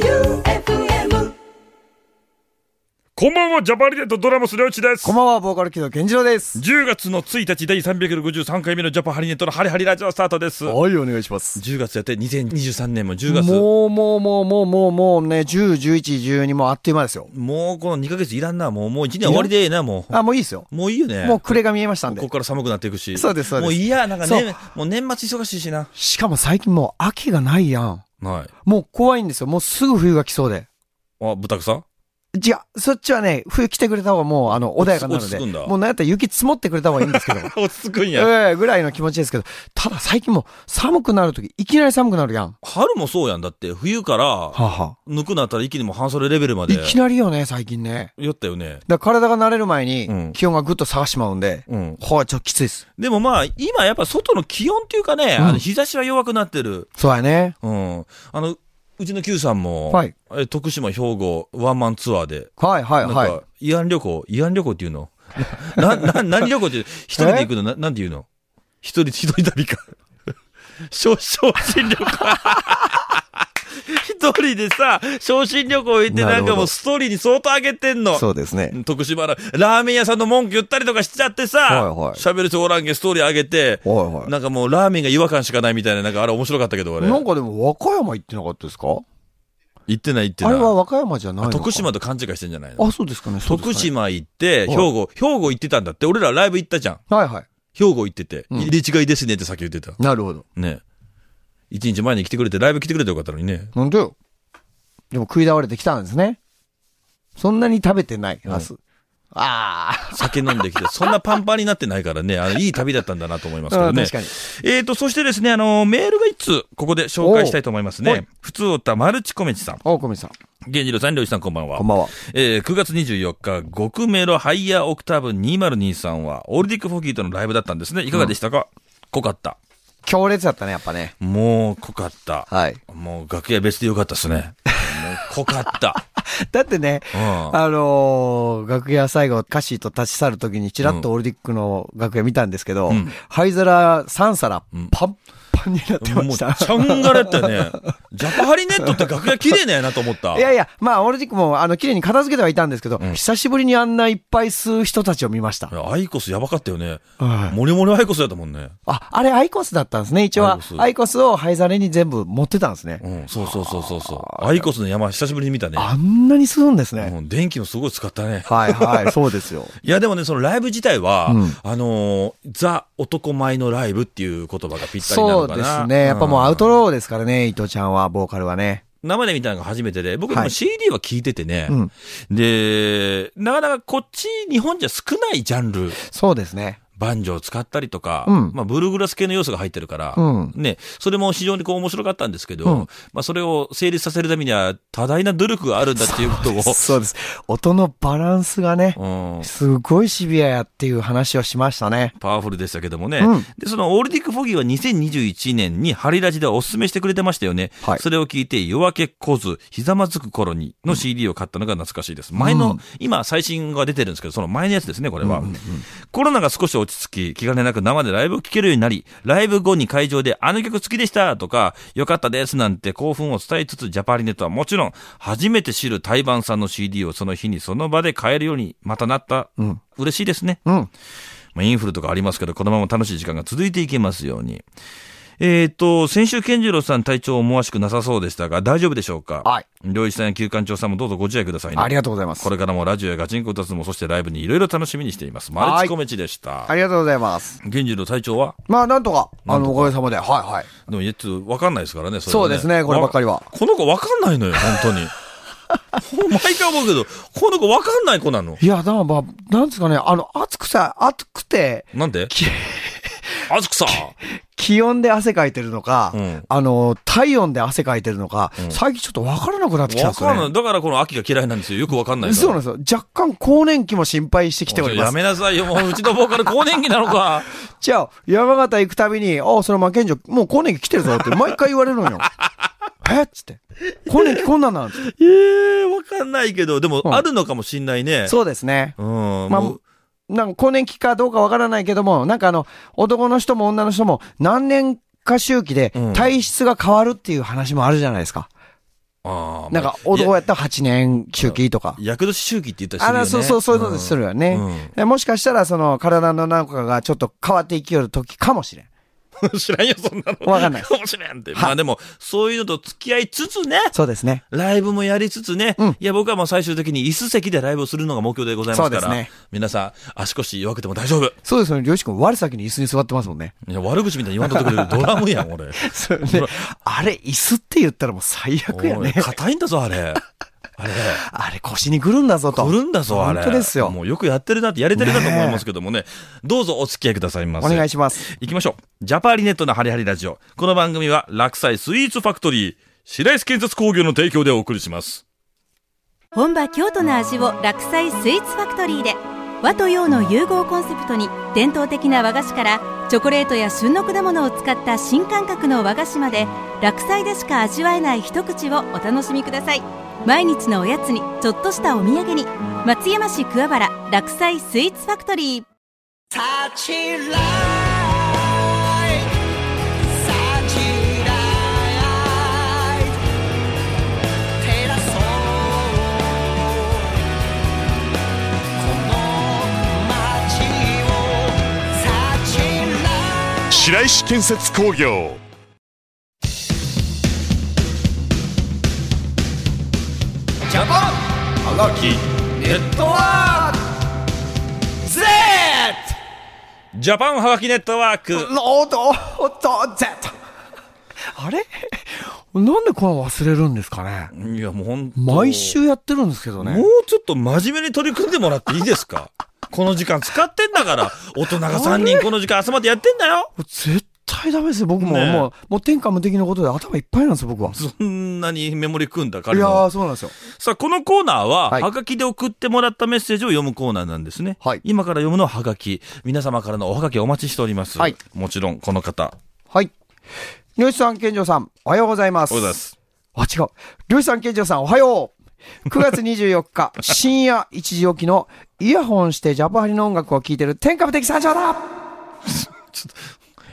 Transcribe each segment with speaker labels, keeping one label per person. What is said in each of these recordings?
Speaker 1: J-O-E-U-F-M
Speaker 2: こんばんは、ジャパンリネットドラムスりょうちです。
Speaker 3: こんばんは、ボーカル木戸健次郎です。
Speaker 2: 10月の1日第353回目のジャパンハリネットのハリハリラジオスタートです。10
Speaker 3: はい、お願いします。
Speaker 2: 月やって2023年も10月。も
Speaker 3: もう、もう、もう、もう、もう、もうね、10、11、12、もうあっという間ですよ
Speaker 2: う。この2ヶ月いらんな、もう、もう1年終わりでええな、も
Speaker 3: あ、もういいですよ。
Speaker 2: う。もういいよね。
Speaker 3: もう暮れが見えましたん
Speaker 2: こ
Speaker 3: で
Speaker 2: こ。から寒くなっていくし。
Speaker 3: そうですそうです
Speaker 2: もういいや、なんか
Speaker 3: そ
Speaker 2: ね
Speaker 3: う、
Speaker 2: もう年末忙しいしな。
Speaker 3: しかも最近もう秋がないやん。
Speaker 2: はい。
Speaker 3: もう怖いんですよ。もうすぐ冬が来そうで。
Speaker 2: あ、ブタクさ
Speaker 3: 違う、そっちはね、冬来てくれた方がもう、あの、穏やかな
Speaker 2: 落
Speaker 3: の
Speaker 2: ち
Speaker 3: で。
Speaker 2: 着くんだ
Speaker 3: もうなんやったら雪積もってくれた方がいいんです けど。
Speaker 2: 落ち着くんや。
Speaker 3: ええぐらいの気持ちですけど。ただ最近もう寒くなるとき、いきなり寒くなるやん。
Speaker 2: 春もそうやん。だって、冬から、
Speaker 3: はは。
Speaker 2: ぬくなったら一気にもう半袖レベルまで
Speaker 3: い。きなりよね、最近ね。
Speaker 2: やったよね。
Speaker 3: だから体が慣れる前
Speaker 2: うん
Speaker 3: に、気温がぐっと下がしまうんで、
Speaker 2: うん。
Speaker 3: ほう、ちょっときついです。
Speaker 2: でもまあ、今やっぱ外の気温っていうかね、
Speaker 3: うん
Speaker 2: あの日差しは弱くなってる。
Speaker 3: そうやね。
Speaker 2: うん。あの、うちの Q さんも、
Speaker 3: はい
Speaker 2: え徳島、兵庫、ワンマンツアーで、
Speaker 3: はいはい
Speaker 2: なん
Speaker 3: はい。
Speaker 2: か、慰安旅行、慰安旅行っていうの な、な、何旅行って、一人で行くのな、なんていうの一人、一人旅か。 昇昇進旅行。一人でさ、昇進旅行行って
Speaker 3: な
Speaker 2: な
Speaker 3: る
Speaker 2: ん
Speaker 3: ほど
Speaker 2: かもうストーリーに相当上げてんの。
Speaker 3: そうですね。
Speaker 2: 徳島のラーメン屋さんの文句言ったりとかしちゃってさ
Speaker 3: はいはい、
Speaker 2: 喋、る人おらんけんストーリー上げて、
Speaker 3: はいはい。
Speaker 2: なんかもうラーメンが違和感しかないみたいな、なんかあれ面白かったけど、あれ。
Speaker 3: なんかでも和歌山行ってなかったですか
Speaker 2: 行ってない行って
Speaker 3: あ
Speaker 2: ない。
Speaker 3: れは和歌山じゃないのか
Speaker 2: 徳島と勘違いしてんじゃないの
Speaker 3: あ、そうですかね。そうで
Speaker 2: 徳
Speaker 3: すかね。
Speaker 2: 島行って、兵庫、兵庫行ってたんだって。俺らライブ行ったじゃん。
Speaker 3: はいは
Speaker 2: 兵庫行ってて、
Speaker 3: うん
Speaker 2: 入れ違いですねってさっき言ってた。
Speaker 3: い。なるほど。
Speaker 2: ね。一日前に来てくれて、ライブ来てくれてよかったのにね。
Speaker 3: なんでよ。でも食い倒れてきたんですね。そんなに食べてない、明日。あ
Speaker 2: 酒飲んできて、 そんなパンパンになってないからね、あの、いい旅だったんだなと思いますけ
Speaker 3: あ、
Speaker 2: どね。
Speaker 3: 確かに。
Speaker 2: えーと、そしてですね、あの、メールが一通、ここで紹介したいと思います
Speaker 3: おうは
Speaker 2: ね
Speaker 3: い。
Speaker 2: 普通おたマルチコメチさん。
Speaker 3: 大込さん。
Speaker 2: 源次郎さん、りょうちさん、こんばんは。
Speaker 3: こんばんは。
Speaker 2: えー9月24日、極メロハイヤーオクターブ2023は、オールディック・フォーキーとのライブだったんですね。いかがでしたか、濃かった。
Speaker 3: 強烈だったね、やっぱね。
Speaker 2: もう、濃かった。
Speaker 3: はい。
Speaker 2: もう、楽屋別でよかったですね。もう、濃か った。
Speaker 3: だってね、
Speaker 2: うん。
Speaker 3: あのー、楽屋最後、カシーと立ち去るときに、ちらっとオールディックの楽屋見たんですけど、
Speaker 2: うん
Speaker 3: 灰皿3皿
Speaker 2: ん、
Speaker 3: パンパンになってま
Speaker 2: もう、
Speaker 3: し
Speaker 2: ち
Speaker 3: た。
Speaker 2: ゃんがらやったね。ジャパハリネットって楽屋綺麗なんやなと思った。
Speaker 3: いやいや、まあ、オールディックも、あの、綺麗に片付けてはいたんですけど、
Speaker 2: ん
Speaker 3: 久しぶりにあんないっぱい吸う人たちを見ました。
Speaker 2: アイコスやばかったよね。
Speaker 3: はい
Speaker 2: モリモリアイコスやったもんね。
Speaker 3: あ、あれアイコスだったんですね。一応
Speaker 2: アイ
Speaker 3: は
Speaker 2: コ、ス
Speaker 3: アイコスを灰皿に全部持ってたんですね。
Speaker 2: うん、そうそうそうそうそう。アイコスの山、久しぶりに見たね。
Speaker 3: あんなに吸うんですね。
Speaker 2: うん電気もすごい使ったね。
Speaker 3: は いはい、そうですよ。
Speaker 2: いや、でもね、そのライブ自体は、
Speaker 3: うん
Speaker 2: あのーザ男前のライブっていう言葉がぴったりな
Speaker 3: そ
Speaker 2: の
Speaker 3: う
Speaker 2: かな。
Speaker 3: ですね。やっぱもうアウトローですからね、伊藤ちゃんは、ボーカルはね。
Speaker 2: うん生で見たのが初めてで、僕で
Speaker 3: は
Speaker 2: も
Speaker 3: い
Speaker 2: CD は聞いててね、
Speaker 3: うん
Speaker 2: で、なかなかこっち、日本じゃ少ないジャンル、
Speaker 3: そうですね。
Speaker 2: バンジョーを使ったりとか、
Speaker 3: うん
Speaker 2: まあ、ブルーグラス系の要素が入ってるから、
Speaker 3: うん
Speaker 2: ね、それも非常にこう面白かったんですけど、
Speaker 3: うん
Speaker 2: まあ、それを成立させるためには多大な努力があるんだっていうことを、
Speaker 3: そうです。音のバランスがね、
Speaker 2: うん、
Speaker 3: すごいシビアやっていう話をしましたね。
Speaker 2: パワフルでしたけどもね。
Speaker 3: うん
Speaker 2: で、そのオールディック・フォギーは2021年にハリラジでお勧めしてくれてましたよね。
Speaker 3: はい
Speaker 2: それを聞いて、夜明けこず、ひざまずく頃にの CD を買ったのが懐かしいです。前の、
Speaker 3: うん
Speaker 2: 今最新が出てるんですけど、その前のやつですね、これは。コロナが少し落ち着き、気兼ねなく生でライブを聴けるようになり、ライブ後に会場であの曲好きでしたとか、良かったですなんて興奮を伝えつつ、ジャパリネットはもちろん、初めて知る台湾産の CD をその日にその場で買えるようにまたなった。
Speaker 3: うん
Speaker 2: 嬉しいですね。
Speaker 3: うん。
Speaker 2: まあ、インフルとかありますけど、このまま楽しい時間が続いていけますように。えっ、と、先週、健次郎さん体調思わしくなさそうでしたが、大丈夫でしょうか
Speaker 3: はい。
Speaker 2: 両一さんや休館長さんもどうぞご自愛くださいね。
Speaker 3: ありがとうございます
Speaker 2: こ。れからもラジオやガチンコ歌つも、そしてライブにいろいろ楽しみにしています。マルチコメチでした
Speaker 3: あ。りがとうございます。
Speaker 2: 健次郎体調は
Speaker 3: まあ、なんとか、あの、おかげさまで。はいはい。
Speaker 2: でも、いつわかんないですからね、それは
Speaker 3: そうですね、こればっかりは。
Speaker 2: この子わかんないのよ、本当に。ほんま毎回思うけど、この子わかんない子なの。
Speaker 3: いや、だからまあ、なんですかね、あの、暑くさ、暑くて、
Speaker 2: なんで
Speaker 3: き
Speaker 2: あずくさ
Speaker 3: 気温で汗かいてるのか、
Speaker 2: うん
Speaker 3: あの、体温で汗かいてるのか、最近ちょっとわからなくなってきたん
Speaker 2: わ
Speaker 3: ですよ
Speaker 2: かん
Speaker 3: ね。
Speaker 2: ない。だからこの秋が嫌いなんですよ。よくわかんないから。
Speaker 3: そうなんですよ。若干更年期も心配してきておりま
Speaker 2: や
Speaker 3: す。
Speaker 2: めなさいよ、もううちのボーカル更年期なのか。
Speaker 3: じゃあ、山形行くたびに、ああ、それ負けんじゃ、もう更年期来てるぞって毎回言われるのよ。 えっつって。更年期こんなんなんつっ て。
Speaker 2: ええわかんないけど、でも
Speaker 3: うん
Speaker 2: あるのかもしんないね。
Speaker 3: そうですね。
Speaker 2: うん。もう
Speaker 3: まあなんか更年期かどうかわからないけども、なんかあの、男の人も女の人も何年か周期で
Speaker 2: うん
Speaker 3: 体質が変わるっていう話もあるじゃないですか。
Speaker 2: ああ。
Speaker 3: なんか、男やったら8年周期とか。
Speaker 2: 役年周期って言ったりす
Speaker 3: あ
Speaker 2: るよ、ね。
Speaker 3: ら、そうそう、そういうのするよね。でもしかしたら、その、体のなんかがちょっと変わっていきよる時かもしれん。
Speaker 2: うん。 知らんよ、そんなの。
Speaker 3: わかんない
Speaker 2: かもしれんって。まあでも、そういうのと付き合いつつね、
Speaker 3: そうですね。
Speaker 2: ライブもやりつつね、
Speaker 3: うん
Speaker 2: いや、僕はもう最終的に椅子席でライブをするのが目標でございますから、
Speaker 3: そうですね
Speaker 2: 皆さん、足腰弱くても大丈夫。
Speaker 3: そうですよね。りょうし君、我先に椅子に座ってますもんね。
Speaker 2: いや、悪口みたいに言わんとってくれるドラムやん、 俺。
Speaker 3: そうね。あれ、椅子って言ったらもう最悪や
Speaker 2: おい
Speaker 3: ね。
Speaker 2: 硬いんだぞ、あれ。あれ。
Speaker 3: あれ、腰にくるんだぞと。
Speaker 2: 来るんだぞ、あれ。
Speaker 3: 本当ですよ。
Speaker 2: もうよくやってるなって、やれてるなと思いますけどもね。どうぞお付き合いくださいま
Speaker 3: お
Speaker 2: せ。
Speaker 3: 願いします。
Speaker 2: 行きましょう。ジャパーリネットのハリハリラジオ。この番組は、落栽スイーツファクトリー、白石建設工業の提供でお送りします。
Speaker 4: 本場京都の味を落菜スイーツファクトリーで和と洋の融合コンセプトに伝統的な和菓子からチョコレートや旬の果物を使った新感覚の和菓子まで落菜でしか味わえない一口をお楽しみください毎日のおやつにちょっとしたお土産に松山市桑原落菜スイーツファクトリー
Speaker 5: 白石建設工業
Speaker 2: ジャパンハガキネットワーク Z! ジャパンハガキネットワーク。
Speaker 3: おっと、おっと、Z! あれなんでこれ忘れるんですかね
Speaker 2: いや、もうほんと
Speaker 3: 毎週やってるんですけど
Speaker 2: も
Speaker 3: ね。
Speaker 2: うちょっと真面目に取り組んでもらっていいですかこの時間使ってんだから、大人が3人この時間集まってやってんだよ
Speaker 3: 絶対ダメですよ。僕も、
Speaker 2: ねえ
Speaker 3: もう、もう天下無敵のことで頭いっぱいなんですよ、僕は。い
Speaker 2: そんなにメモリ組んだから。
Speaker 3: やー、そうなんですよ。
Speaker 2: さあ、このコーナーは、
Speaker 3: はい
Speaker 2: はがきで送ってもらったメッセージを読むコーナーなんですね。
Speaker 3: はい
Speaker 2: 今から読むのははがき。皆様からのおはがきお待ちしております。
Speaker 3: はい
Speaker 2: もちろん、この方。
Speaker 3: はい。りょうしさん、健常さん、おはようございます。
Speaker 2: おはようございます。
Speaker 3: あ、違う。りょうしさん、健常さん、おはよう。9月24日、深夜1時起きの、イヤホンしてジャパハリの音楽を聴いてる天下無敵三条だ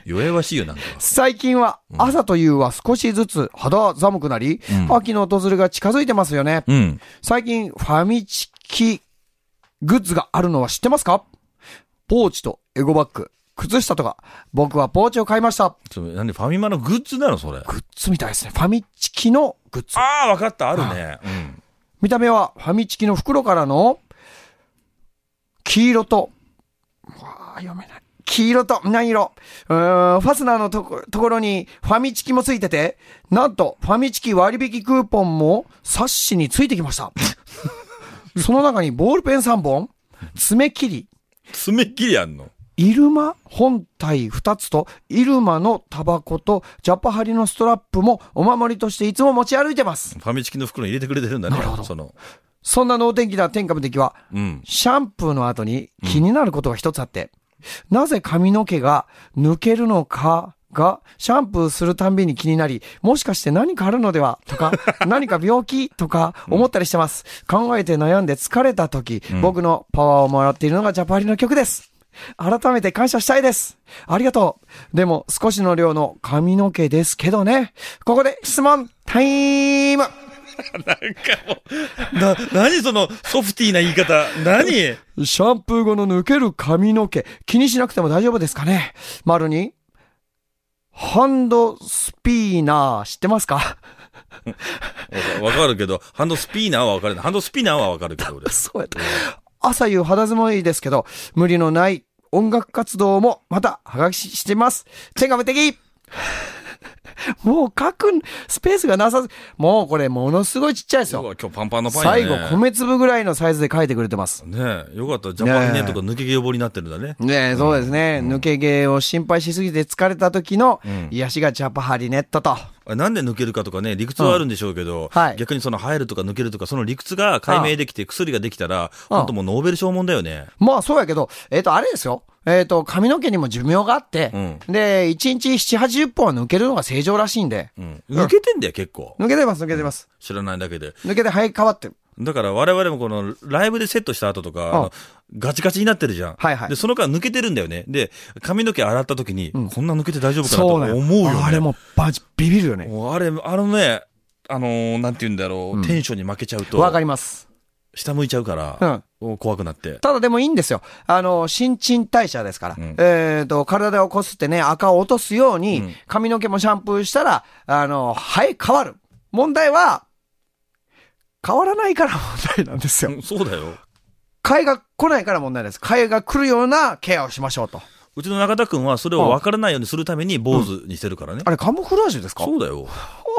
Speaker 2: 弱々しいよ、なんか。
Speaker 3: 最近は朝というは少しずつ肌寒くなり、秋の訪れが近づいてますよね。
Speaker 2: うん。
Speaker 3: 最近ファミチキグッズがあるのは知ってますかポーチとエゴバッグ、靴下とか、僕はポーチを買いました。
Speaker 2: ちょなんで、ファミマのグッズなの、それ。
Speaker 3: グッズみたいですね。ファミチキのグッズ。
Speaker 2: ああ、わかった、あるね。うん。
Speaker 3: 見た目はファミチキの袋からの黄色と、わあ、読めない。黄色と何色うーん、ファスナーのとこところにファミチキもついてて、なんとファミチキ割引クーポンも冊子についてきました。 その中にボールペン3本、爪切り、
Speaker 2: 爪切りあんの。
Speaker 3: イルマ本体2つと、イルマのタバコと、ジャパハリのストラップもお守りとしていつも持ち歩いてます。
Speaker 2: ファミチキの袋に入れてくれてるんだね。
Speaker 3: なるほど
Speaker 2: その、
Speaker 3: そんな能天気な天下無敵は、
Speaker 2: うん。
Speaker 3: シャンプーの後に気になることが一つあって、なぜ髪の毛が抜けるのかが、シャンプーするたんびに気になり、もしかして何かあるのではと か、何か病気とか思ったりしてます。考えて悩んで疲れた時、僕のパワーをもらっているのがジャパリの曲です。改めて感謝したいです。ありがとう。でも少しの量の髪の毛ですけどね。ここで質問タイム
Speaker 2: な、何その、ソフティーな言い方。何
Speaker 3: シャンプー後の抜ける髪の毛、気にしなくても大丈夫ですかね丸に、ハンドスピーナー知ってますか
Speaker 2: わかるけど、ハンドスピーナーはわかる。ハンドスピーナーはわかるけど、俺。
Speaker 3: そうやった。朝夕肌寒いですけど、無理のない音楽活動もまた、はがきししてます。天下無敵もう書くスペースがなさず、もうこれものすごいちっちゃいです
Speaker 2: う
Speaker 3: よ。
Speaker 2: わ今日パンパンのパンやね。
Speaker 3: 最後、米粒ぐらいのサイズで書いてくれてます。
Speaker 2: ねえ、よかった。ジャパンネットが抜け毛予防になってるんだね。
Speaker 3: ねえ、そうですね。抜け毛を心配しすぎて疲れた時の癒しがジャパハリネットと。
Speaker 2: あれなんで抜けるかとかね、理屈はあるんでしょうけど、
Speaker 3: うんはい
Speaker 2: 逆にその入るとか抜けるとか、その理屈が解明できて薬ができたら、
Speaker 3: うん
Speaker 2: 本当もうノーベル賞もんだよね。
Speaker 3: まあそうやけど、えっ、と、あれですよ。えっ、と、髪の毛にも寿命があって、
Speaker 2: う
Speaker 3: で、1日7、80本は抜けるのが正常らしいんで。
Speaker 2: うん。抜けてんだよ、結構。
Speaker 3: 抜けてます、抜けてます。
Speaker 2: 知らないだけで。
Speaker 3: 抜けて生え変わってる。
Speaker 2: だから我々もこのライブでセットした後とか、あのガチガチになってるじゃん。
Speaker 3: はいはい
Speaker 2: で、その間抜けてるんだよね。で、髪の毛洗った時に、こんな抜けて大丈夫かなと
Speaker 3: そう
Speaker 2: 思
Speaker 3: な
Speaker 2: うよ
Speaker 3: の
Speaker 2: ね。
Speaker 3: あれもうバチ、ビビるよね。
Speaker 2: もうあれ、あのね、あのーなんて言うんだろう、テンションに負けちゃうと、
Speaker 3: わかります。
Speaker 2: 下向いちゃうから、怖くなって。
Speaker 3: ただでもいいんですよ。あの、新陳代謝ですから。えっ、と、体をこすってね、赤を落とすように、髪の毛もシャンプーしたら、あの、生え変わる。問題は、変わらないから問題なんですよ。
Speaker 2: うんそうだよ。
Speaker 3: 替えが来ないから問題です。替えが来るようなケアをしましょうと。
Speaker 2: うちの中田くんはそれを分からないようにするために坊主にしてるからね。
Speaker 3: あれ、カモフラージュですか
Speaker 2: そうだよ。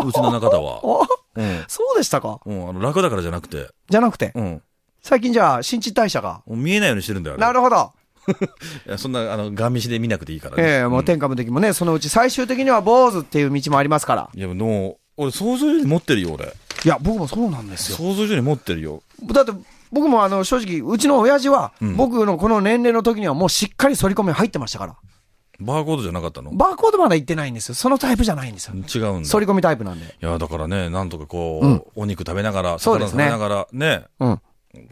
Speaker 2: うちの中田は。
Speaker 3: あ
Speaker 2: うん。
Speaker 3: そうでしたか
Speaker 2: うん、あの、楽だからじゃなくて。
Speaker 3: じゃなくて、
Speaker 2: うん。
Speaker 3: 最近じゃあ、新陳代謝が。
Speaker 2: もう見えないようにしてるんだよ。
Speaker 3: なるほど。
Speaker 2: いやそんな、あの、ガン見しで見なくていいからね。
Speaker 3: ええもう天下無敵もね、そのうち最終的には坊主っていう道もありますから。
Speaker 2: いや、もう、俺、想像より持ってるよ、俺。
Speaker 3: いや、僕もそうなんですよ。
Speaker 2: 想像以上に持ってるよ。
Speaker 3: だって、僕もあの、正直、うちの親父は、僕のこの年齢の時にはもうしっかり反り込み入ってましたから。
Speaker 2: バーコードじゃなかったの
Speaker 3: バーコードまだ行ってないんですよ。そのタイプじゃないんですよ。
Speaker 2: 違うんだ。
Speaker 3: 反り込みタイプなんで。
Speaker 2: いや、だからね、なんとかこう、
Speaker 3: うん
Speaker 2: お肉食べながら、
Speaker 3: そう
Speaker 2: 魚食
Speaker 3: です
Speaker 2: べ
Speaker 3: ね
Speaker 2: ながら、ね、
Speaker 3: うん。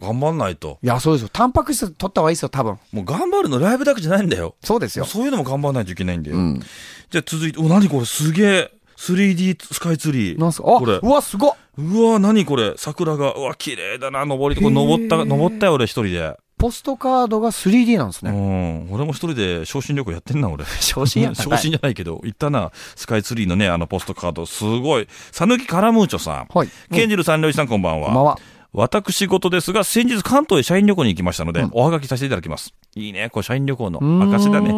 Speaker 2: 頑張んないと。
Speaker 3: いや、そうですよ。タンパク質取った方がいいですよ、多分。
Speaker 2: もう頑張るのライブだけじゃないんだよ。
Speaker 3: そうですよ。
Speaker 2: そういうのも頑張らないといけないんだよ。
Speaker 3: うん。
Speaker 2: じゃあ続いて、お、何これすげえ。3D スカイツリー。
Speaker 3: なんすかあ、
Speaker 2: これ。
Speaker 3: うわ、すごっ
Speaker 2: うわ、何これ桜が。うわ、綺麗だな、登り。これ登った、登ったよ、俺一人で。
Speaker 3: ポストカードが 3D なんです
Speaker 2: う
Speaker 3: ね。
Speaker 2: ん。俺も一人で昇進旅行やってんな、俺。
Speaker 3: 昇進やん
Speaker 2: 昇進じゃないけど、行ったな、スカイツリーのね、あのポストカード。すごい。さぬきカラムーチョさん。
Speaker 3: はい。
Speaker 2: ケンジルさん、りょうじさん、こんばんは。
Speaker 3: こんばんは。
Speaker 2: 私事ですが、先日関東へ社員旅行に行きましたので、おはがきさせていただきます。いいね、これ社員旅行の証だね。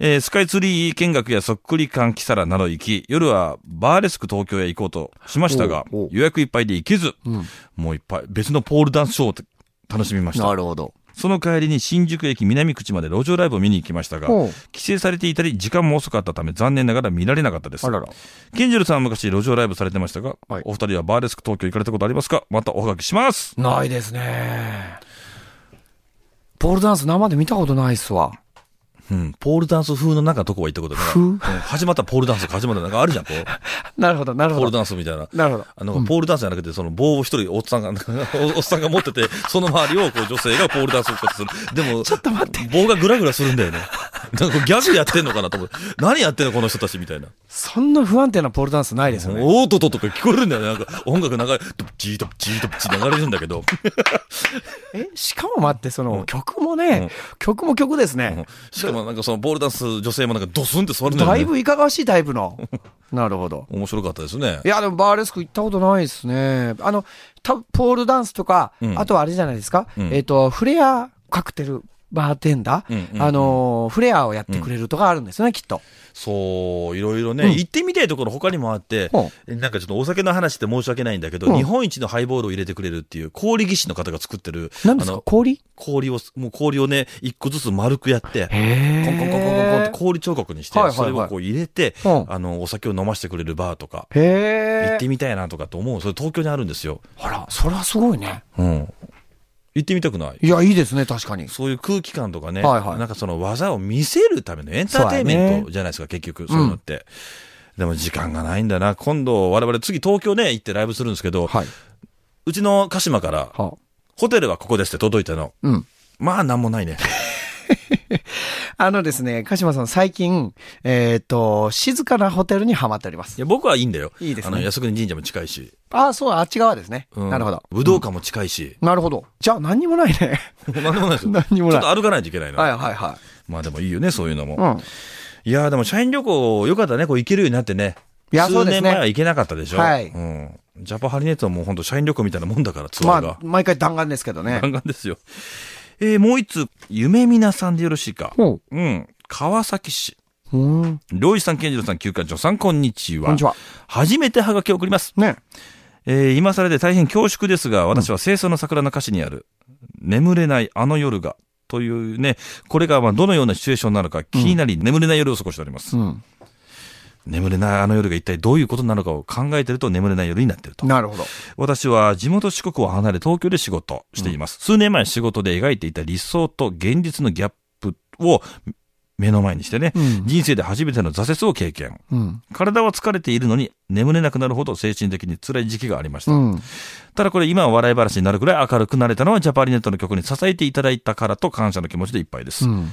Speaker 2: えースカイツリー見学やそっくり館キサラなど行き、夜はバーレスク東京へ行こうとしましたが
Speaker 3: おうおう、
Speaker 2: 予約いっぱいで行けず、もういっぱい別のポールダンスショーを楽しみました。
Speaker 3: るほど。
Speaker 2: その帰りに新宿駅南口まで路上ライブを見に行きましたが、
Speaker 3: ほう
Speaker 2: 規制されていたり時間も遅かったため残念ながら見られなかったです。
Speaker 3: あらら。
Speaker 2: ケンジルさんは昔路上ライブされてましたが、
Speaker 3: はい
Speaker 2: お二人はバーレスク東京行かれたことありますかまたおはがきします
Speaker 3: ないですね。ポールダンス生で見たことないっすわ。
Speaker 2: うん、ポールダンス風のなんかとこは行ったことない。うん始まったらポールダンスとか始まったらなんかあるじゃん、 こう。
Speaker 3: なるほど、なる
Speaker 2: ポー
Speaker 3: ほ
Speaker 2: ル
Speaker 3: ど。
Speaker 2: ダンスみたいな。
Speaker 3: なるほど。
Speaker 2: あの、ポールダンスじゃなくて、その棒を一人おっさんが、 おおっさんが持ってて、その周りをこう女性がポールダンスをこうやってする。でも、ちょっと待って。棒がグラグラするん だよね。なんかこうギャグやってんのかなと思って。何やってんのこの人たちみたいな。
Speaker 3: そんな不安定なポールダンスないですよね。
Speaker 2: おーとととか聞こえるんだよね。なんか音楽流れ、ドッチードッチードッチー流れるんだけ ど。
Speaker 3: え、しかも待って、その、曲もね、曲も曲ですね。
Speaker 2: しかもなんかそのポールダンス女性もなんかドスンって座るんだよね。
Speaker 3: だいぶいかがわしいタイプの。なるほど。
Speaker 2: 面白かったですね
Speaker 3: い。や、でもバーレスク行ったことないですね。あの、たポールダンスとか、
Speaker 2: うん
Speaker 3: あとはあれじゃないですか、
Speaker 2: うん
Speaker 3: えっ、と、フレアカクテルバーテンダー、
Speaker 2: うんうんうん
Speaker 3: あのー、フレアをやってくれるとかあるんですよね、きっと。
Speaker 2: そう、いろいろね、
Speaker 3: うん
Speaker 2: 行ってみたいところ他にもあって、
Speaker 3: ほ
Speaker 2: なんかちょっとお酒の話って申し訳ないんだけど、
Speaker 3: うん
Speaker 2: 日本一のハイボールを入れてくれるっていう、氷技師の方が作ってる、
Speaker 3: 何ですか
Speaker 2: の、
Speaker 3: 氷
Speaker 2: 氷を、もう氷をね、一個ずつ丸くやって、コン
Speaker 3: へ
Speaker 2: コンコンコンコンコンって氷彫刻にして
Speaker 3: はい、はい
Speaker 2: そ
Speaker 3: はい
Speaker 2: れをこう入れて、
Speaker 3: うん
Speaker 2: あの、お酒を飲ませてくれるバーとか、
Speaker 3: へ
Speaker 2: 行っ
Speaker 3: え。
Speaker 2: てみたいなとかと思う。それ東京にあるんですよ。
Speaker 3: あら、それはすごいね。
Speaker 2: うん。行ってみたくない
Speaker 3: いや、いいですね、確かに。
Speaker 2: そういう空気感とかね、
Speaker 3: はいはい
Speaker 2: なんかその技を見せるためのエンターテインメントじゃないですか、結局、そういうのって。でも時間がないんだな。今度、我々次東京ね、行ってライブするんですけど、
Speaker 3: はい。
Speaker 2: うちの鹿島から、
Speaker 3: は
Speaker 2: ホテルはここですって届いたの。
Speaker 3: うん。
Speaker 2: まあ、なんもないね。
Speaker 3: あのですね、鹿島さん、最近、えっ、と、静かなホテルにハマっておりま
Speaker 2: い
Speaker 3: す。
Speaker 2: や、僕はいいんだよ。
Speaker 3: いいですね
Speaker 2: あの、靖国神社も近いし。
Speaker 3: ああ、そう、あっち側ですね。
Speaker 2: うん
Speaker 3: なるほど。
Speaker 2: 武道館も近いし。
Speaker 3: なるほど。じゃあ、何にもないね。
Speaker 2: もうなんでもないですよ。
Speaker 3: 何にもない
Speaker 2: ちょっと歩かないといけないな。
Speaker 3: はいはいは
Speaker 2: まあでもいいよね、そういうのも。
Speaker 3: い。うん。
Speaker 2: いやーでも社員旅行、よかったね、こう行けるようになってね。
Speaker 3: いやそう
Speaker 2: 数
Speaker 3: ですね
Speaker 2: 年前は行けなかったでしょ。
Speaker 3: はい
Speaker 2: うん。ジャパハリネットはもう本当社員旅行みたいなもんだから、ツアー
Speaker 3: ま
Speaker 2: が
Speaker 3: あ、。毎回弾丸ですけどね
Speaker 2: ガ。ンガンですよ。えー、もう一つ、夢みなさんでよろしいか。
Speaker 3: ほ
Speaker 2: うん。川崎市。
Speaker 3: う。うん。
Speaker 2: りょうじさん、健次郎さん、休館長さん、こんにちは。
Speaker 3: こんにちは。
Speaker 2: 初めてハガキを送ります。
Speaker 3: ね。
Speaker 2: えー今更で大変恐縮ですが、私は清掃の桜の歌詞にある、眠れないあの夜が、というね、これがまあどのようなシチュエーションなのか気になり、眠れない夜を過ごしております。
Speaker 3: うん。
Speaker 2: 眠れないあの夜が一体どういうことなのかを考えてると眠れない夜になってると。
Speaker 3: なるほど。
Speaker 2: 私は地元四国を離れ東京で仕事しています。数年前仕事で描いていた理想と現実のギャップを目の前にしてね、
Speaker 3: うん
Speaker 2: 人生で初めての挫折を経験。
Speaker 3: うん。
Speaker 2: 体は疲れているのに眠れなくなるほど精神的に辛い時期がありました。
Speaker 3: うん。
Speaker 2: ただこれ今は笑い話になるくらい明るくなれたのはジャパリネットの曲に支えていただいたからと感謝の気持ちでいっぱいです。
Speaker 3: うん。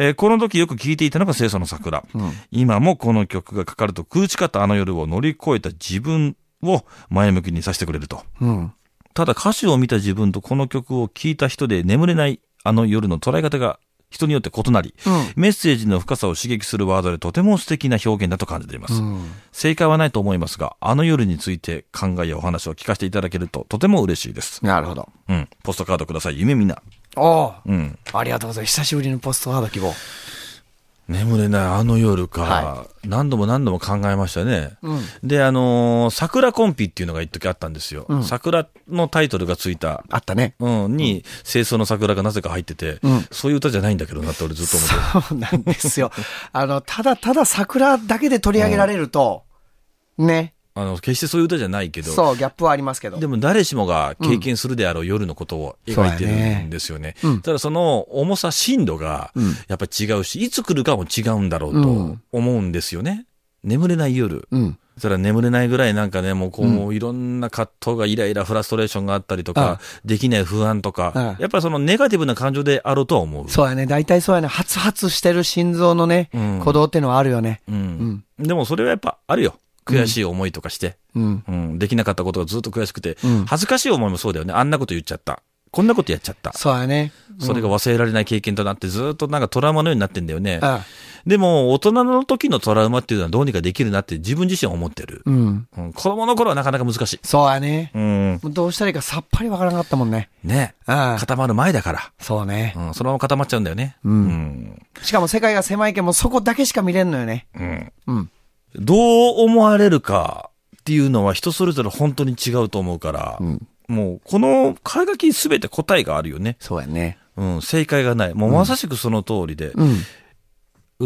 Speaker 2: えーこの時よく聴いていたのが清楚の桜。今もこの曲がかかると空地かったあの夜を乗り越えた自分を前向きにさせてくれると。
Speaker 3: うん。
Speaker 2: ただ歌詞を見た自分とこの曲を聴いた人で眠れないあの夜の捉え方が人によって異なり、メッセージの深さを刺激するワードでとても素敵な表現だと感じています。正解はないと思いますが、あの夜について考えやお話を聞かせていただけるととても嬉しいです。
Speaker 3: なるほど。
Speaker 2: うん。ポストカードください、夢みな。
Speaker 3: おう
Speaker 2: うん。
Speaker 3: ありがとうございます。久しぶりのポストカード希望。
Speaker 2: 眠れないあの夜か、
Speaker 3: は
Speaker 2: 何度も何度も考えましたね。で、あのー桜コンピっていうのが一時あったんですよ。桜のタイトルがついた
Speaker 3: あったね。
Speaker 2: うん、に、清掃の桜がなぜか入ってて、そういう歌じゃないんだけどなって俺ずっと思ってる。
Speaker 3: そうなんですよ。 あの、ただただ桜だけで取り上げられると、ね。
Speaker 2: あの、決してそういう歌じゃないけど、
Speaker 3: そう、ギャップはありますけど。
Speaker 2: でも誰しもが経験するであろう夜のことを描いてるんですよね。ただその重さ、深度が、やっぱ違うし、いつ来るかも違うんだろうと思うんですよね。眠れない夜。
Speaker 3: うん。
Speaker 2: そしたら眠れないぐらいなんかね、もうこう、もういろんな葛藤がイライラ、フラストレーションがあったりとか、できない不安とか
Speaker 3: あ、
Speaker 2: やっぱりそのネガティブな感情であろうとは思う。
Speaker 3: そうやね。大体そうやね。ハツハツしてる心臓のね、
Speaker 2: うん
Speaker 3: 鼓動ってのはあるよね。
Speaker 2: うん。でもそれはやっぱあるよ。悔しい思いとかして。
Speaker 3: うん。
Speaker 2: うん。できなかったことがずっと悔しくて。
Speaker 3: うん
Speaker 2: 恥ずかしい思いもそうだよね。あんなこと言っちゃった。こんなことやっちゃった。
Speaker 3: そうやね。
Speaker 2: それが忘れられない経験となってずっとなんかトラウマのようになってんだよね。
Speaker 3: あ
Speaker 2: でも大人の時のトラウマっていうのはどうにかできるなって自分自身は思ってる。
Speaker 3: うん。
Speaker 2: うん。子供の頃はなかなか難しい。
Speaker 3: そうやね。
Speaker 2: うん。
Speaker 3: もうどうしたらいいかさっぱりわからなかったもんね。
Speaker 2: ね。
Speaker 3: あ
Speaker 2: 固まる前だから。
Speaker 3: そうね。
Speaker 2: うん。そのまま固まっちゃうんだよね。うん。
Speaker 3: しかも世界が狭いけんもうそこだけしか見れんのよね。
Speaker 2: うん。
Speaker 3: うん。
Speaker 2: どう思われるかっていうのは人それぞれ本当に違うと思うから、もうこの絵画きすべて答えがあるよね。
Speaker 3: そうやね。
Speaker 2: うん、正解がない。もうまさしくその通りで、う
Speaker 3: うん。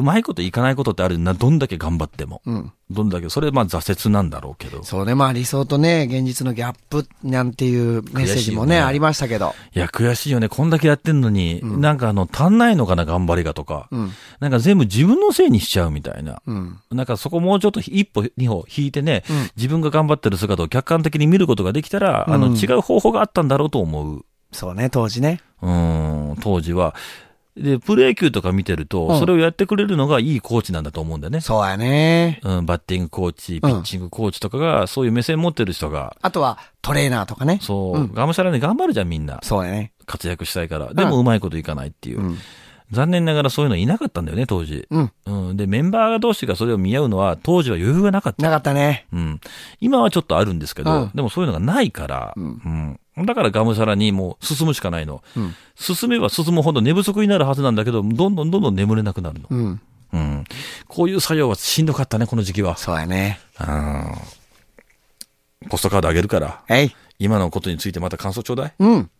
Speaker 2: まいこといかないことってあるな、どんだけ頑張っても。
Speaker 3: うん。
Speaker 2: どんだけ、それまあ挫折なんだろうけど。
Speaker 3: そうね。まあ理想とね、現実のギャップなんていうメッセージも
Speaker 2: 悔しい
Speaker 3: ね、
Speaker 2: よね
Speaker 3: ありましたけど。
Speaker 2: いや、悔しいよね。こんだけやってんのに、なんかあの、足んないのかな、頑張りがとか。
Speaker 3: ん
Speaker 2: なんか全部自分のせいにしちゃうみたいな。
Speaker 3: うん。
Speaker 2: なんかそこもうちょっと一歩二歩引いてね、自分が頑張ってる姿を客観的に見ることができたら、あの違う方法があったんだろうと思う。
Speaker 3: そうね、当時ね。
Speaker 2: うん、当時は。で、プロ野球とか見てると、
Speaker 3: うん
Speaker 2: それをやってくれるのがいいコーチなんだと思うんだよね。
Speaker 3: そうやね。
Speaker 2: うん、バッティングコーチ、ピッチングコーチとかが、そういう目線持ってる人が、
Speaker 3: あとはトレーナーとかね。
Speaker 2: そう、
Speaker 3: うん
Speaker 2: がむしゃらに頑張るじゃん、みんな。
Speaker 3: そうやね。
Speaker 2: 活躍したいから。でもうまいこといかないっていう。残念ながらそういうのいなかったんだよね、当時。
Speaker 3: うん。
Speaker 2: うん。で、メンバー同士がそれを見合うのは、当時は余裕がなかった。
Speaker 3: なかったね。
Speaker 2: うん。今はちょっとあるんですけど、
Speaker 3: うん
Speaker 2: でもそういうのがないから、うん。だからがむしゃらにもう進むしかないの。進めば進むほど寝不足になるはずなんだけど、どんどんどんどん眠れなくなるの。
Speaker 3: うん。
Speaker 2: うん。こういう作業はしんどかったね、この時期は。
Speaker 3: そうやね。
Speaker 2: うん。ポストカードあげるから、
Speaker 3: えい。
Speaker 2: 今のことについてまた感想ちょうだい。
Speaker 3: うん。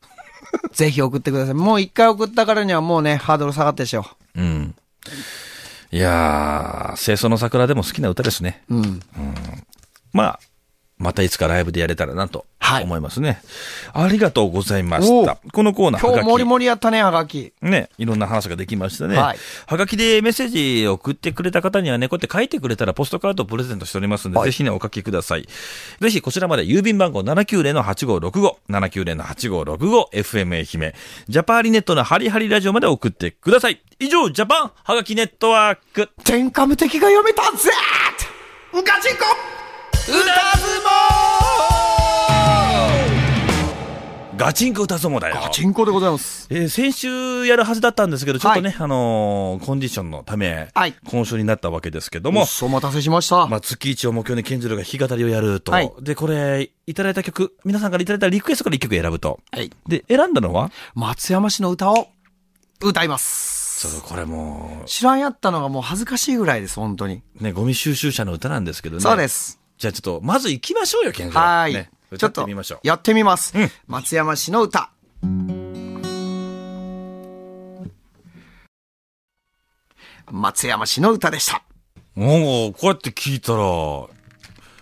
Speaker 3: ぜひ送ってください。もう一回送ったからにはもうね、ハードル下がってでしょ。
Speaker 2: うん。いやー、清掃の桜でも好きな歌ですね。
Speaker 3: うん。うん。
Speaker 2: まあ、またいつかライブでやれたらなと
Speaker 3: はい
Speaker 2: 思いますね。ありがとうございま
Speaker 3: お
Speaker 2: し
Speaker 3: う
Speaker 2: た。このコーナー
Speaker 3: 今
Speaker 2: はが
Speaker 3: 日
Speaker 2: き
Speaker 3: もりもりやったね、はがき。
Speaker 2: ね、いろんな話ができましたね。は
Speaker 3: はい
Speaker 2: がきでメッセージを送ってくれた方にはね、こうやって書いてくれたらポストカードをプレゼントしておりますので、ぜひね、お書きください。ぜひこちらまで郵便番号790-8565、790-8565、FM 愛媛、ジャパーリネットのハリハリラジオまで送ってください。以上、ジャパンはがきネットワーク。
Speaker 3: 天下無敵が読めたぜーうかちんこ
Speaker 2: ガチンコ歌相撲だよ。
Speaker 3: ちんこでございます。
Speaker 2: えー先週やるはずだったんですけど、ちょっとね、あのーコンディションのため、
Speaker 3: はい
Speaker 2: 今週になったわけですけど
Speaker 3: も
Speaker 2: も
Speaker 3: う、、お待たせしました。
Speaker 2: まあ、月一を目標にケンジローが弾き語りをやると。
Speaker 3: はい
Speaker 2: で、これ、いただいた曲、皆さんからいただいたリクエストから一曲選ぶと。
Speaker 3: はい
Speaker 2: で、選んだのは
Speaker 3: 松山市の歌を歌います。
Speaker 2: そう、これも
Speaker 3: 知らんやったのがもう恥ずかしいぐらいです、本当に。
Speaker 2: う、ね、ゴミ収集車の歌なんですけどね。。
Speaker 3: そうですす。
Speaker 2: じゃあちょっと、まず行きましょうよ、ケンジロー。
Speaker 3: はい。
Speaker 2: ね、
Speaker 3: ち
Speaker 2: 歌
Speaker 3: ょっ
Speaker 2: って
Speaker 3: と
Speaker 2: みましょう。
Speaker 3: やってみます。
Speaker 2: うん
Speaker 3: 松山市の歌。松山市の歌でした。
Speaker 2: もう、こうやって聞いたら、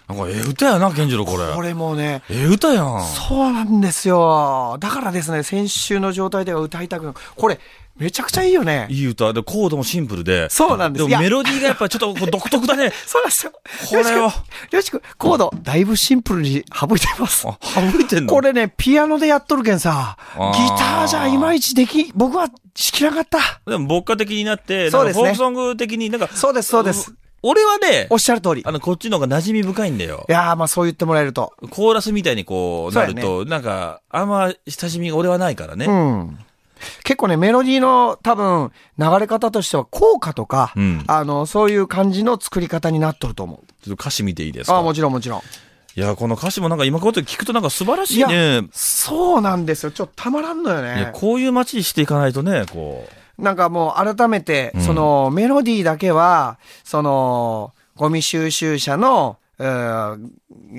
Speaker 2: なんか、ええ歌やな、ケンジローこれ。
Speaker 3: これもうね、
Speaker 2: ええ歌やん。
Speaker 3: そうなんですよ。だからですね、先週の状態では歌いたくなこれ、めちゃくちゃいいよね。
Speaker 2: いい歌。で、コードもシンプルで。
Speaker 3: そうなんで
Speaker 2: で
Speaker 3: す
Speaker 2: も
Speaker 3: いや
Speaker 2: メロディーがやっぱちょっとこう独特だね。
Speaker 3: そうなんですよ。
Speaker 2: これは
Speaker 3: よろしく、よろしくコード、だいぶシンプルに省いてます。
Speaker 2: あ、省いてんの
Speaker 3: こ。れね、ピアノでやっとるけんさ、ギ
Speaker 2: ー
Speaker 3: ターじゃいまいちでき、僕はしきなかった。
Speaker 2: でも、牧歌的になって、
Speaker 3: そう
Speaker 2: なん
Speaker 3: で
Speaker 2: か
Speaker 3: す
Speaker 2: フ
Speaker 3: ね
Speaker 2: ォークソング的になんか、
Speaker 3: そうです、そうです。
Speaker 2: 俺はね
Speaker 3: お、っしゃる通り。い
Speaker 2: あの、こっちの方が馴染み深いんだよ。
Speaker 3: やー、まあそう言ってもらえると。
Speaker 2: コーラスみたいにこう、なる
Speaker 3: そう
Speaker 2: と、なんか、あんま親しみが俺はないからね。
Speaker 3: うん。結構ね、メロディーの多分、流れ方としては効果とか、
Speaker 2: うん
Speaker 3: あの、そういう感じの作り方になっとると思う。
Speaker 2: ちょっと歌詞見ていいです
Speaker 3: あ
Speaker 2: か
Speaker 3: あ、もちろんもちろん。
Speaker 2: いや、この歌詞もなんか今こうやって聞くとなんか素晴らしい
Speaker 3: い
Speaker 2: ね。
Speaker 3: そうなんですよ。ちょっとたまらんのよ
Speaker 2: いや、
Speaker 3: ね。
Speaker 2: こういう街にしていかないとね、こ
Speaker 3: なんかもう改めて、そのメロディーだけは、その、ゴミ収集車の、うー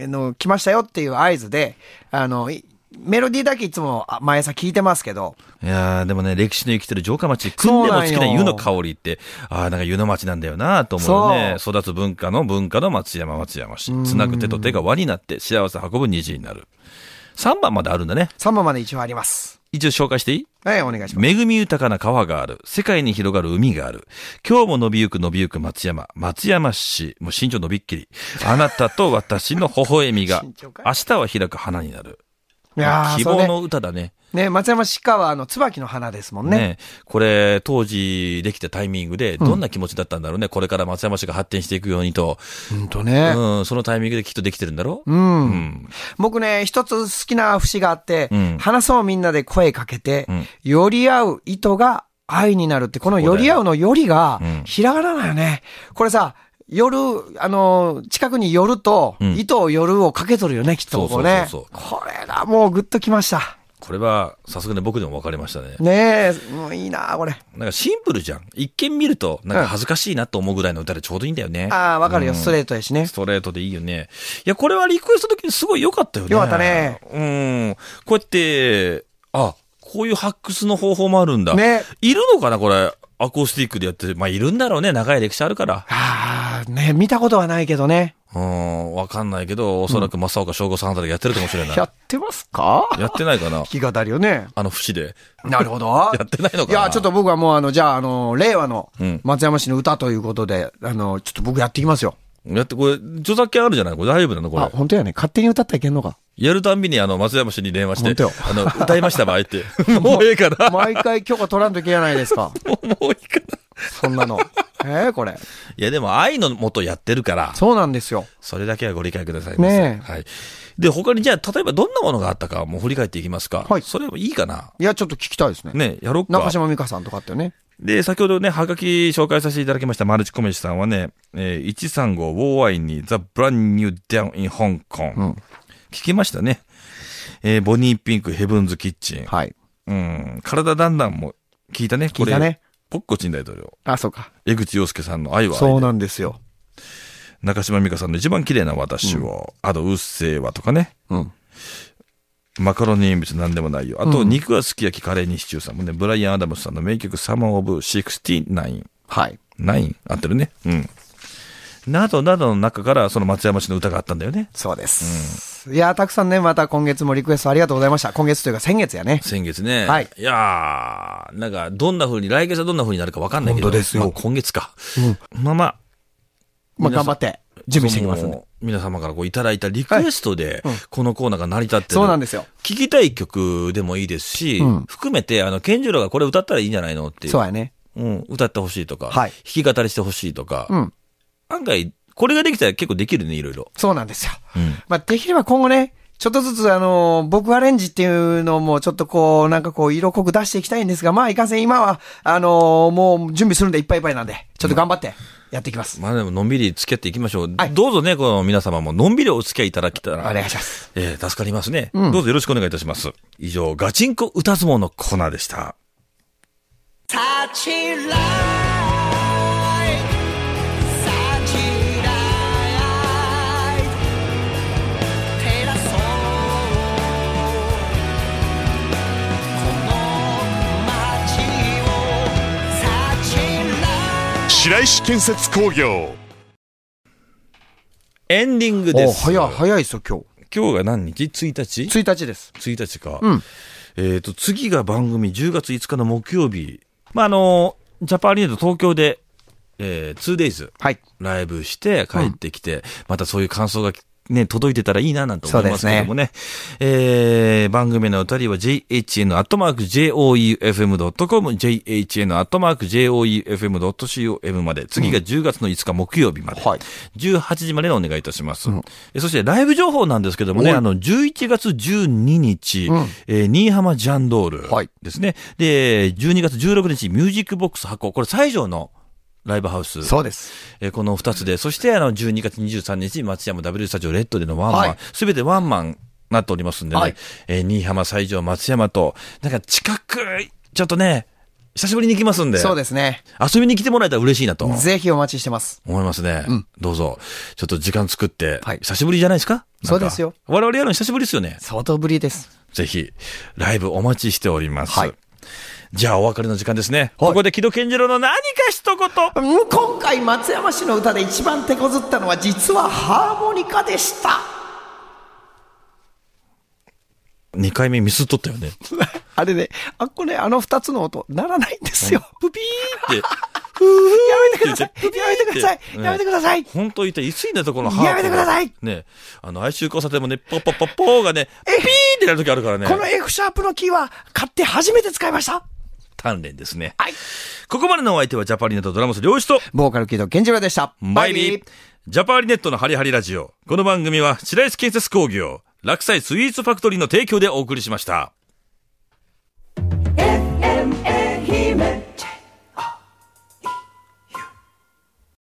Speaker 3: の来ましたよっていう合図で、あの、いメロディーだけいつもあ毎朝聞いてますけど、
Speaker 2: う。いやーでもね、歴史の生きてる城下町、組んでも好き
Speaker 3: そう
Speaker 2: な
Speaker 3: なんよ
Speaker 2: 湯の香りって、ああ、なんか湯の町なんだよなと思うよね。育つ文化の文化の松山松山市。つなぐ手と手が輪になって幸せ運ぶ虹になる。3番まであるんだね。
Speaker 3: 3番まで一応あります。
Speaker 2: 一応紹介していい
Speaker 3: はい、お願いします。
Speaker 2: 恵み豊かな川がある。世界に広がる海がある。今日も伸びゆく伸びゆく松山。松山市。もう身長伸びっきり。あなたと私の微笑みが
Speaker 3: 身長かい
Speaker 2: 明日は開く花になる。
Speaker 3: いやー
Speaker 2: 希
Speaker 3: そう
Speaker 2: 望
Speaker 3: ね
Speaker 2: の歌だね。
Speaker 3: ね、松山市川はあの、椿の花ですもん
Speaker 2: ね
Speaker 3: ね。
Speaker 2: これ、当時できたタイミングで、どんな気持ちだったんだろうね、これから松山市が発展していくようにと。
Speaker 3: ほんとね。
Speaker 2: うん、そのタイミングできっとできてるんだろう、
Speaker 3: うん。
Speaker 2: うん、
Speaker 3: 僕ね、一つ好きな節があって、
Speaker 2: うん
Speaker 3: 話そうみんなで声かけて、
Speaker 2: うん
Speaker 3: 寄り合う意図が愛になるって、この寄り合うの寄りが
Speaker 2: うん、
Speaker 3: ひらがなだよね。これさ、夜、あのー、近くに寄ると、
Speaker 2: うん
Speaker 3: 糸を夜をかけとるよね、きっと。ここね
Speaker 2: そうそうそう
Speaker 3: これがもうグッときました。
Speaker 2: これは、さすがに僕でも分かりましたね。
Speaker 3: ねえ、もういいなこれ。
Speaker 2: なんかシンプルじゃん。一見見ると、なんか恥ずかしいなと思うぐらいの歌でちょうどいいんだよね。
Speaker 3: ああ、わかるよ、
Speaker 2: うん
Speaker 3: ストレートやしね
Speaker 2: ス。トレートでいいよね。いや、これはリクエスト的にすごい良かったよね。
Speaker 3: 良かったね。
Speaker 2: うん。こうやって、あ、こういう発掘の方法もあるんだ。
Speaker 3: ね。
Speaker 2: いるのかな、これ。アコースティックでやってる。まあ、いるんだろうね。長い歴史あるから。
Speaker 3: ああ、ね見たことはないけどね。
Speaker 2: うん、わかんないけど、おそらく正岡省吾さんあたりがやってるかもしれない。
Speaker 3: やってますか
Speaker 2: やってないかな。
Speaker 3: 弾き語りよね。
Speaker 2: あの節で。
Speaker 3: なるほど。
Speaker 2: やってないのか
Speaker 3: い
Speaker 2: な。
Speaker 3: や、ちょっと。僕はもう、あの、じゃあ、あの、令和の
Speaker 2: うん
Speaker 3: 松山市の歌ということで、あの、ちょっと僕やっていきますよ。
Speaker 2: やって、これ、著作権あるじゃないこれ大丈夫なのこ
Speaker 3: あ、
Speaker 2: れ。
Speaker 3: 本当やね。勝手に歌ったらいけんのか。
Speaker 2: やるたんびに、あの、松山市に電話
Speaker 3: 本
Speaker 2: し
Speaker 3: 当
Speaker 2: て
Speaker 3: よ、
Speaker 2: あの、歌いました場合 って。もうええかな。も
Speaker 3: 毎回許可取らんといけないで すか。
Speaker 2: ういいかな。
Speaker 3: そんなの。えー、これ。
Speaker 2: いや、でも愛のもとやってるから、
Speaker 3: そうなんですよ。
Speaker 2: それだけはご理解くださいませ。
Speaker 3: ねえ
Speaker 2: はい。で、他にじゃあ、例えばどんなものがあったか、もう振り返っていきますか。
Speaker 3: はい
Speaker 2: それもいいかな。
Speaker 3: いや、ちょっと聞きたいですね。
Speaker 2: ねえやろっか
Speaker 3: 中。島美香さんとかってね。
Speaker 2: で、先ほどね、はがき紹介させていただきましたマルチコメシさんはね、えー、135 War Wine に The Brand New Down in Hong Kong。
Speaker 3: うん
Speaker 2: 聞きましたね。えーボニーピンク、ヘブンズ・キッチン。
Speaker 3: はい。
Speaker 2: うん。体だんだんも聞いたね、こ
Speaker 3: 聞い
Speaker 2: れ。
Speaker 3: たね。
Speaker 2: ポッコチン大統領。
Speaker 3: あ、そうか。
Speaker 2: 江口洋介さんの愛は愛で
Speaker 3: そうなんですよ。
Speaker 2: 中島美香さんの一番綺麗な私を、あと、うっせぇわとかね。
Speaker 3: うん。
Speaker 2: マカロニ鉛筆なんでもないよ。あと、肉はすき焼きカレーにシチューさんもね、ブライアン・アダムスさんの名曲サマー・オブ・69。
Speaker 3: はい。
Speaker 2: 9? 合ってるね。うん。などなどの中から、その松山市の歌があったんだよね。
Speaker 3: そうです。いや、たくさんね、また今月もリクエストありがとうございました。今月というか先月やね。
Speaker 2: 先月ね。
Speaker 3: はい
Speaker 2: いやー、なんか、どんな風に、来月はどんな風になるかわかんないけど。
Speaker 3: 本当ですよ
Speaker 2: まあ今月か。まあまあ。
Speaker 3: まあ、頑張って準備していきます
Speaker 2: そ
Speaker 3: んで。
Speaker 2: の皆様からこういただいたリクエストで、このコーナーが成り立ってる。
Speaker 3: そうなんですよ。
Speaker 2: 聞きたい曲でもいいですし、
Speaker 3: ん
Speaker 2: 含めて、あの、ケンジュロがこれ歌ったらいいんじゃないのっていう。
Speaker 3: そうやね。
Speaker 2: うん、歌ってほしいとか、
Speaker 3: はい
Speaker 2: 弾き語りしてほしいとか、
Speaker 3: うん
Speaker 2: 案外、これができたら結構できるね、いろいろ。
Speaker 3: そうなんですよ。
Speaker 2: うん
Speaker 3: まあ、できれば今後ね、ちょっとずつあの、僕アレンジっていうのもちょっとこう、なんかこう、色濃く出していきたいんですが、まあ、いかんせん今は、あのもう準備するんでいっぱいいっぱいなんで、ちょっと頑張ってやっていきます。
Speaker 2: まあでも、のんびり付き合っていきましょう。
Speaker 3: はい
Speaker 2: どうぞね、この皆様も、のんびりお付き合いいただけたら。
Speaker 3: お願いします。
Speaker 2: えー助かりますね、どうぞよろしくお願いいたします。以上、ガチンコ歌相撲のコーナーでした。
Speaker 5: 白石建設工業
Speaker 2: エンディングで
Speaker 3: お
Speaker 2: す。
Speaker 3: 早い、早いですよ、今
Speaker 2: 今日が何日 ?1 日
Speaker 3: 日。1日です。
Speaker 2: 1日か。
Speaker 3: うん
Speaker 2: えっ、と、次が番組10月5日の木曜日。まあ、あの、ジャパンアリーナと東京で、えー、2days
Speaker 3: はい。
Speaker 2: ライブして帰ってきて、またそういう感想がね、届いてたらいいななんて思いますけどもね。えー、番組のお二人は jhn.joefm.com、jhn.joefm.com まで、次が10月の5日木曜日まで、
Speaker 3: はい
Speaker 2: 18時までのお願いいたします。えそしてライブ情報なんですけどもね、あの、11月12日、えー新居浜ジャンドール
Speaker 3: はい
Speaker 2: ですね。で、12月16日、ミュージックボックス箱、これ最上のライブハウス。
Speaker 3: そうです。
Speaker 2: えーこの二つで、そしてあの12月23日、松山 W スタジオレッドでのワンマ
Speaker 3: は
Speaker 2: ン
Speaker 3: い、
Speaker 2: すべ、てワンマンなっておりますんでね、
Speaker 3: はい
Speaker 2: えー新居浜西条松山と、なんか近く、ちょっとね、久しぶりに行きますんで、
Speaker 3: そうですね。
Speaker 2: 遊びに来てもらえたら嬉しいなと
Speaker 3: ぜひお待ちしてます。
Speaker 2: 思いますね。どうぞ、ちょっと時間作って、
Speaker 3: はい
Speaker 2: 久しぶりじゃないですかなんか
Speaker 3: そうですよ
Speaker 2: 我々やるの久しぶりですよね。
Speaker 3: 相当ぶりです。
Speaker 2: ぜひ、ライブお待ちしております。
Speaker 3: はい
Speaker 2: じゃあ、お別れの時間ですね。ここで木戸健次郎の何か一言。
Speaker 3: うん今回松山市の歌で一番手こずったのは実はハーモニカでした。
Speaker 2: 2回目ミスっとったよね。
Speaker 3: あれね、あ、これあの二つの音、ならないんですよ。
Speaker 2: プピーって。
Speaker 3: やめてください
Speaker 2: プピーって
Speaker 3: やめてください
Speaker 2: ね
Speaker 3: やめてください
Speaker 2: 本当言ったらいついんだよ、このハープが
Speaker 3: やめてください
Speaker 2: ね。あの、哀愁交差点もね、ポッポッポッポーがね、ピーってなる時あるからね。
Speaker 3: この F シャープのキーは買って初めて使いました。
Speaker 2: 鍛錬ですね。
Speaker 3: はい。
Speaker 2: ここまでのお相手はジャパリネットドラムス両師と、
Speaker 3: ボーカルキード健次郎でした。
Speaker 2: バイビー。ジャパリネットのハリハリラジオ。この番組は、白石建設工業、落栽スイーツファクトリーの提供でお送りしました。